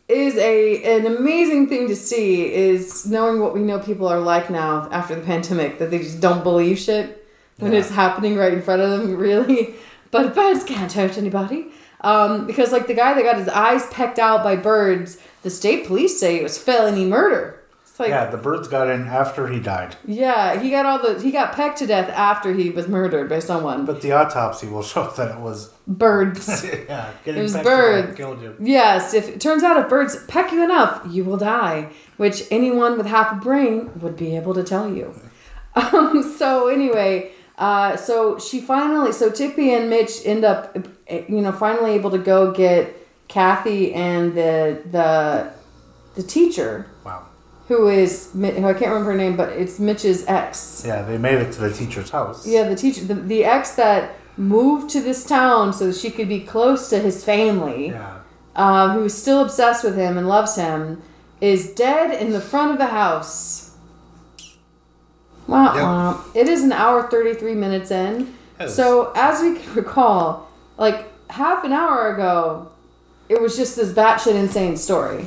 S1: is a an amazing thing to see. Is knowing what we know people are like now after the pandemic that they just don't believe shit when [LAUGHS]
S2: Yeah.
S1: it's happening right in front of them. Really, but birds can't hurt anybody. Um, because like the guy that got his eyes pecked out by birds, the state police say it was felony murder. It's like
S2: Yeah, the birds got in after he died.
S1: yeah, he got all the he got pecked to death after he was murdered by someone.
S2: But the autopsy will show that it was [LAUGHS]
S1: birds.
S2: yeah, getting
S1: It was
S2: pecked around
S1: birds.
S2: killed you.
S1: yes, if it turns out if birds peck you enough, you will die, which anyone with half a brain would be able to tell you. [LAUGHS] Um, so anyway, uh, so she finally, so Tippy and Mitch end up, uh, you know, finally able to go get Kathy and the the the teacher
S2: Wow.
S1: who is Mi- who I can't remember her name, but it's Mitch's ex.
S2: Yeah, they made it to the teacher's house.
S1: Yeah, the teacher, the, the ex that moved to this town so she could be close to his family,
S2: Yeah.
S1: uh, who's still obsessed with him and loves him, is dead in the front of the house. Wah,
S2: Yep.
S1: wah. It is an hour 33 minutes in.
S2: Yes.
S1: So, as we can [LAUGHS] recall, like half an hour ago, it was just this batshit insane story.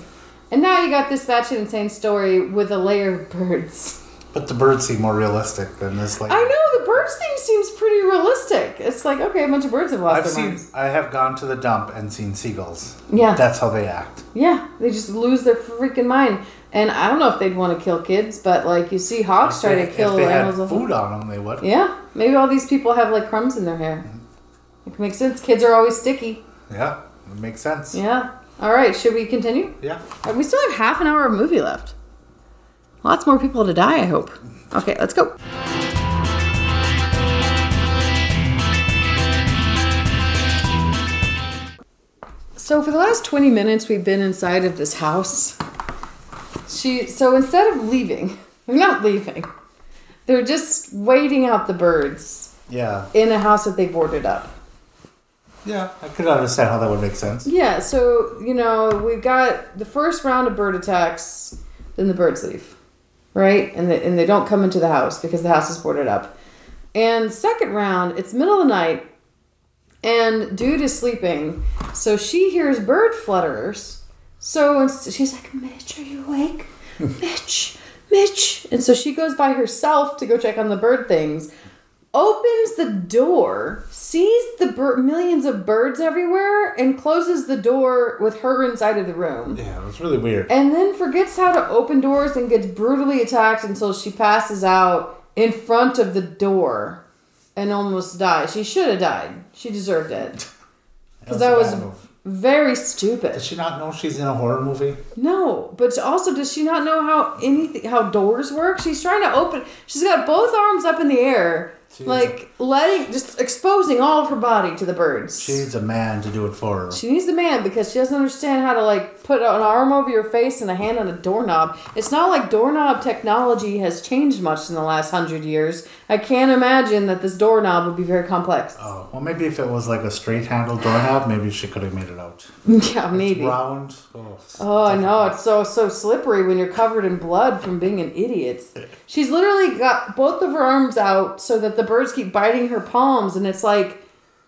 S1: And now you got this batshit insane story with a layer of birds.
S2: But the birds seem more realistic than this lady.
S1: I know the birds thing seems pretty realistic. It's like okay, a bunch of birds have lost
S2: I've
S1: their
S2: seen.
S1: minds.
S2: I have gone to the dump and seen seagulls.
S1: Yeah.
S2: That's how they act.
S1: Yeah, they just lose their freaking mind. And I don't know if they'd want to kill kids, but like you see hawks try to
S2: If-
S1: kill
S2: if they had
S1: animals. with-
S2: food on them, they would.
S1: Yeah, maybe all these people have like crumbs in their hair.
S2: Mm-hmm.
S1: It makes sense. Kids are always sticky.
S2: Yeah, it makes sense.
S1: Yeah. All right, should we continue?
S2: Yeah.
S1: Uh, We still have half an hour of movie left. Lots more people to die, I hope. Okay, let's go. So for the last 20 minutes we've been inside of this house. She so instead of leaving, [LAUGHS] they're not leaving. They're just waiting out the birds
S2: Yeah.
S1: in a house that they boarded up.
S2: Yeah. I could understand how that would make sense.
S1: Yeah, so you know we've got the first round of bird attacks, then the birds leave, right? And they, and they don't come into the house because the house is boarded up. And second round, it's middle of the night, and dude is sleeping, so she hears bird flutterers. So inst- she's like, "Mitch, are you awake? Mitch, Mitch!" And so she goes by herself to go check on the bird things. Opens the door, sees the bir- millions of birds everywhere, and closes the door with her inside of the room.
S2: Yeah, it was really weird.
S1: And then forgets how to open doors and gets brutally attacked until she passes out in front of the door and almost dies. She should have died. She deserved it. Because that
S2: was
S1: was
S2: a bad move.
S1: very stupid.
S2: Does she not know she's in a horror movie?
S1: No, but also does she not know how anything how doors work? She's trying to open. She's got both arms up in the air,
S2: She's-
S1: like letting just exposing all of her body to the birds.
S2: She needs a man to do it for her.
S1: She needs a man because she doesn't understand how to like put an arm over your face and a hand on a doorknob. It's not like doorknob technology has changed much in the last hundred years. I can't imagine that this doorknob would be very complex.
S2: Oh, well, maybe if it was like a straight handle doorknob, maybe she could have made it out.
S1: [LAUGHS] yeah, maybe.
S2: Round. Oh,
S1: Oh, I know. It's so so slippery when you're covered in blood from being an idiot. She's literally got both of her arms out so that the birds keep biting her palms, and it's like,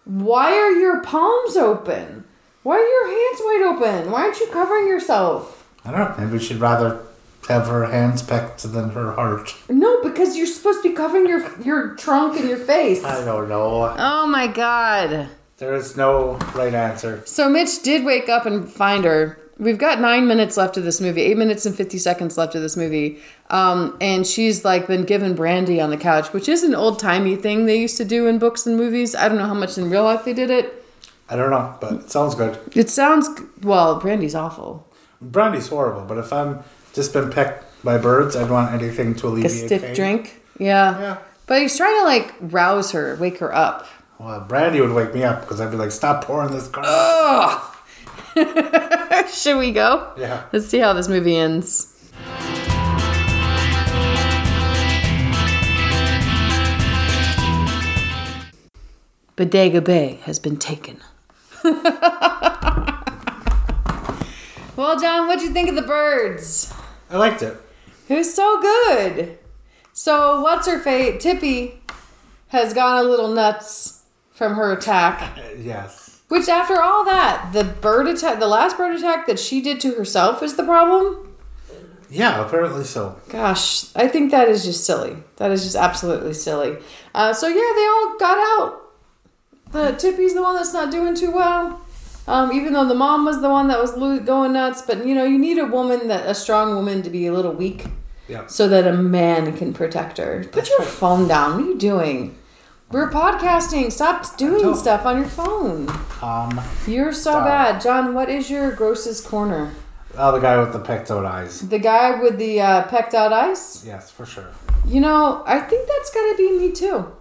S1: why are your palms open? Why are your hands wide open? Why aren't you covering yourself?
S2: I don't know. Maybe she'd rather have her hands pecked than her heart.
S1: No, because you're supposed to be covering your your trunk and your face.
S2: I don't know.
S1: Oh my god.
S2: There is no right answer.
S1: So Mitch did wake up and find her. We've got nine minutes left of this movie, eight minutes and 50 seconds left of this movie. Um, and she's like been given brandy on the couch, which is an old timey thing they used to do in books and movies. I don't know how much in real life they did it.
S2: I don't know, but it sounds good.
S1: It sounds, well, brandy's awful.
S2: Brandy's horrible, but if I'm just been pecked by birds, I'd want anything to
S1: Like a
S2: alleviate
S1: stiff
S2: pain.
S1: drink. Yeah.
S2: Yeah.
S1: But he's trying to like rouse her, wake her up.
S2: Well, brandy would wake me up because I'd be like, "Stop pouring this car."
S1: Ugh. [LAUGHS] Should we go?
S2: Yeah.
S1: Let's see how this movie ends. Bodega Bay has been taken. [LAUGHS] well, John, what'd you think of the birds?
S2: I liked it.
S1: It was so good. So, what's her fate? Tippy has gone a little nuts from her attack.
S2: Uh, Yes.
S1: Which, after all that, the bird attack, the last bird attack that she did to herself is the problem?
S2: Yeah, apparently so.
S1: Gosh, I think that is just silly. That is just absolutely silly. Uh, so, yeah, they all got out. The Tippy's the one that's not doing too well. Um, even though the mom was the one that was lo- going nuts, but you know, you need a woman that a strong woman to be a little weak
S2: Yeah.
S1: so that a man can protect her. Put your phone down. What are you doing? We're podcasting. Stop doing
S2: don't-
S1: stuff on your phone.
S2: Um,
S1: You're so
S2: Stop.
S1: bad. John, what is your grossest corner?
S2: oh, the guy with the pectoral eyes.
S1: The guy with the uh, pecked out eyes?
S2: Yes, for sure.
S1: You know, I think that's gotta be me too.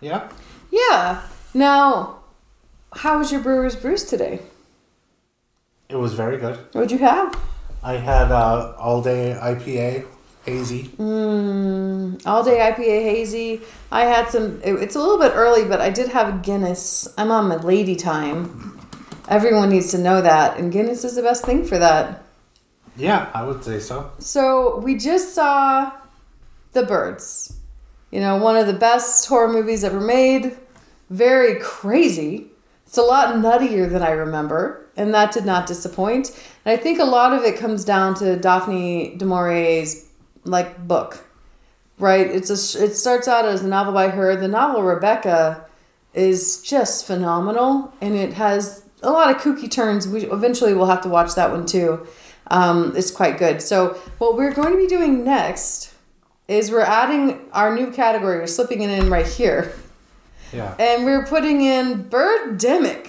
S2: Yeah.
S1: Yeah. Now, how was your brewer's brews today?
S2: It was very good.
S1: What'd you have?
S2: I had uh, all day IPA, hazy.
S1: Mm, all day IPA hazy. I had some. it- it's a little bit early, but I did have a Guinness. I'm on my lady time. Everyone needs to know that, and Guinness is the best thing for that.
S2: Yeah, I would say so.
S1: So we just saw The Birds. You know, one of the best horror movies ever made. Very crazy. It's a lot nuttier than I remember, and that did not disappoint. And I think a lot of it comes down to Daphne du Maurier's like book, right? It's a sh- it starts out as a novel by her. The novel Rebecca is just phenomenal, and it has a lot of kooky turns. We eventually will have to watch that one too. Um, it's quite good. So what we're going to be doing next is we're adding our new category. We're slipping it in right here
S2: Yeah.
S1: and we're putting in Birdemic,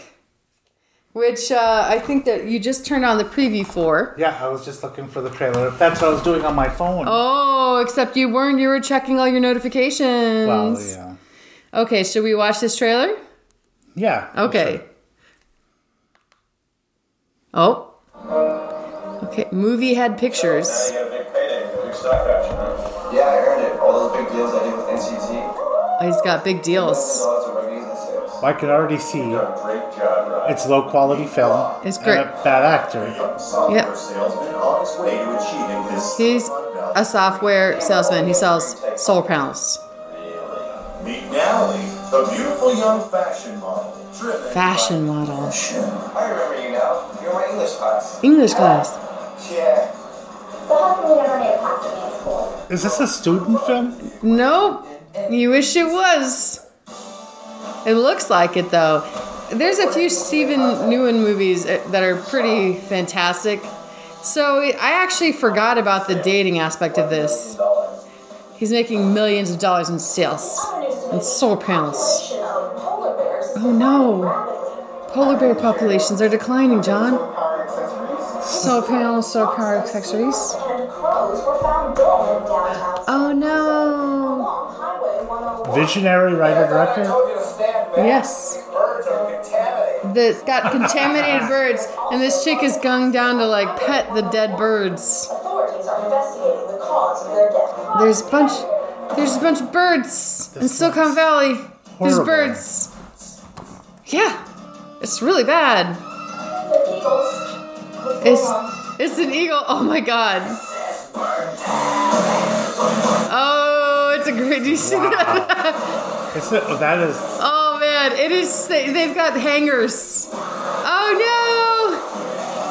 S1: which uh, I think that you just turned on the preview for.
S2: Yeah, I was just looking for the trailer. That's what I was doing on my phone.
S1: Oh, except you weren't. You were checking all your notifications.
S2: Well, yeah.
S1: Okay, should we watch this trailer?
S2: Yeah.
S1: Okay. Oh. Okay, movie had pictures.
S3: You had a big payday with your stock option, huh?
S4: Yeah, I heard it. All those big deals I did with NCT.
S1: Oh, he's got big deals.
S4: Lots of amazing sales.
S2: I can already see
S3: Done a great job, Rob.
S2: it's low quality film.
S1: It's
S2: and a
S1: great.
S2: bad actor.
S3: Software
S1: Yep.
S3: salesman on his way to achieving his
S1: He's a software salesman. He sells solar panels.
S3: Meet Natalie, the beautiful young fashion model. Driven
S1: Fashion model.
S4: I remember you now. You're my English class.
S1: English class.
S4: Yeah.
S5: But how come you never made a plastic in school?
S2: Is this a student film?
S1: Nope. You wish it was. It looks like it though. There's a few Stephen Newen movies uh, that are pretty fantastic. So I actually forgot about the dating aspect of this. He's making millions of dollars in sales and solar panels.
S5: Population of polar bears
S1: Oh no.
S5: rapidly.
S1: Polar bear populations are declining, John. Solar panels, solar power accessories.
S5: And crows were found dead in downtown.
S1: Oh no.
S5: Along Highway 101.
S2: Visionary writer director?
S4: told you to stand back.
S1: Yes.
S4: Birds are contaminated.
S1: that's got contaminated birds, and this chick is going down to like pet the dead birds.
S5: Authorities are investigating the cause of their death.
S1: There's a bunch, there's a bunch of birds in Silicon Valley. There's
S2: horrible.
S1: birds. Yeah, it's really bad.
S5: The Eagles were
S1: It's
S5: born
S1: it's an eagle. Oh my god. Oh, it's a great. [LAUGHS] Do you see that?
S2: Is it, oh, that is.
S1: Oh man, it is. They, they've got hangers. Oh no!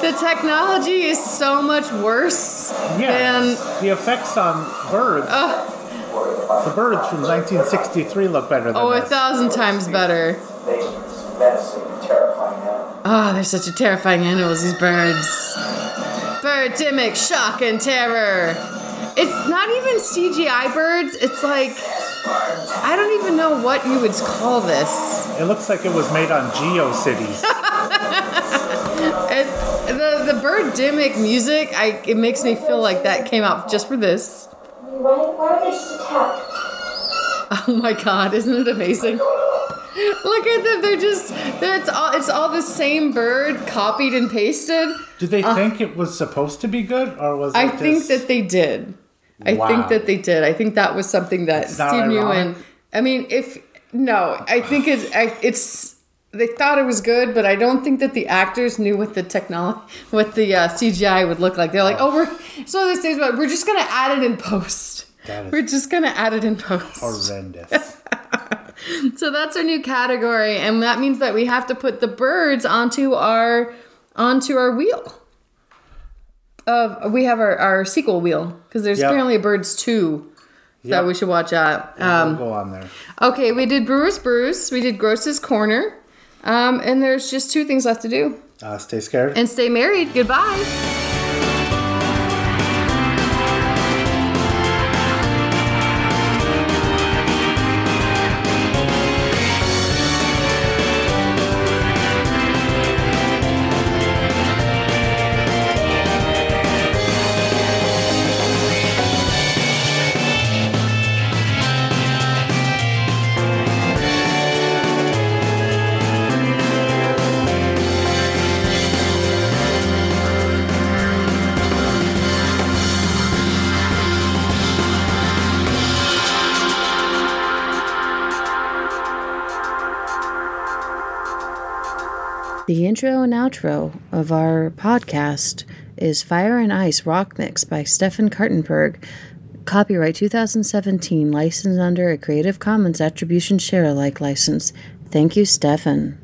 S1: The technology is so much worse
S2: Yeah.
S1: than.
S2: the effects on birds. the birds from 1963 look better than
S1: Oh, a
S2: this.
S1: thousand times better.
S4: Dangerous, menacing, terrifying now.
S1: Oh, they're such a terrifying animals, these birds. Birdemic shock and terror. It's not even CGI birds, it's like. I don't even know what you would call this.
S2: It looks like it was made
S1: [LAUGHS]
S2: on GeoCities.
S1: Uh. It, the, the birdemic music, I, it makes me feel like that came out just for this.
S5: Why, why would they just attack?
S1: [LAUGHS] Oh my god, isn't it amazing? Look at them, they're just. They're, it's, all, it's all the same bird copied and pasted.
S2: Did they think it was supposed to be good, or was it
S1: I think
S2: just-
S1: that they did. I
S2: Wow.
S1: think that they did. I think that was something that
S2: not
S1: Steve Ewan.
S2: ironic?
S1: I mean, if no, I think it's I, it's they thought it was good, but I don't think that the actors knew what the technology, what the uh, CGI would look like. They're like, oh, we're it's one of those things. But we're just gonna add it in post.
S2: That is-
S1: We're just gonna add it in post. [LAUGHS]
S2: horrendous?
S1: So that's our new category, and that means that we have to put the birds onto our onto our wheel. Of we have our, our sequel wheel because there's
S2: Yep.
S1: apparently a birds two
S2: Yep.
S1: that we should watch out.
S2: I'll
S1: Um,
S2: go on there.
S1: okay, we did Brewers Bruce, we did Gross's Corner, um, and there's just two things left to do.
S2: Uh, stay scared.
S6: And stay married. Goodbye. The intro and outro of our podcast is Fire and Ice Rock Mix by Stefan Kartenberg. Copyright 2017, licensed under a Creative Commons Attribution Share Alike license. Thank you, Stefan.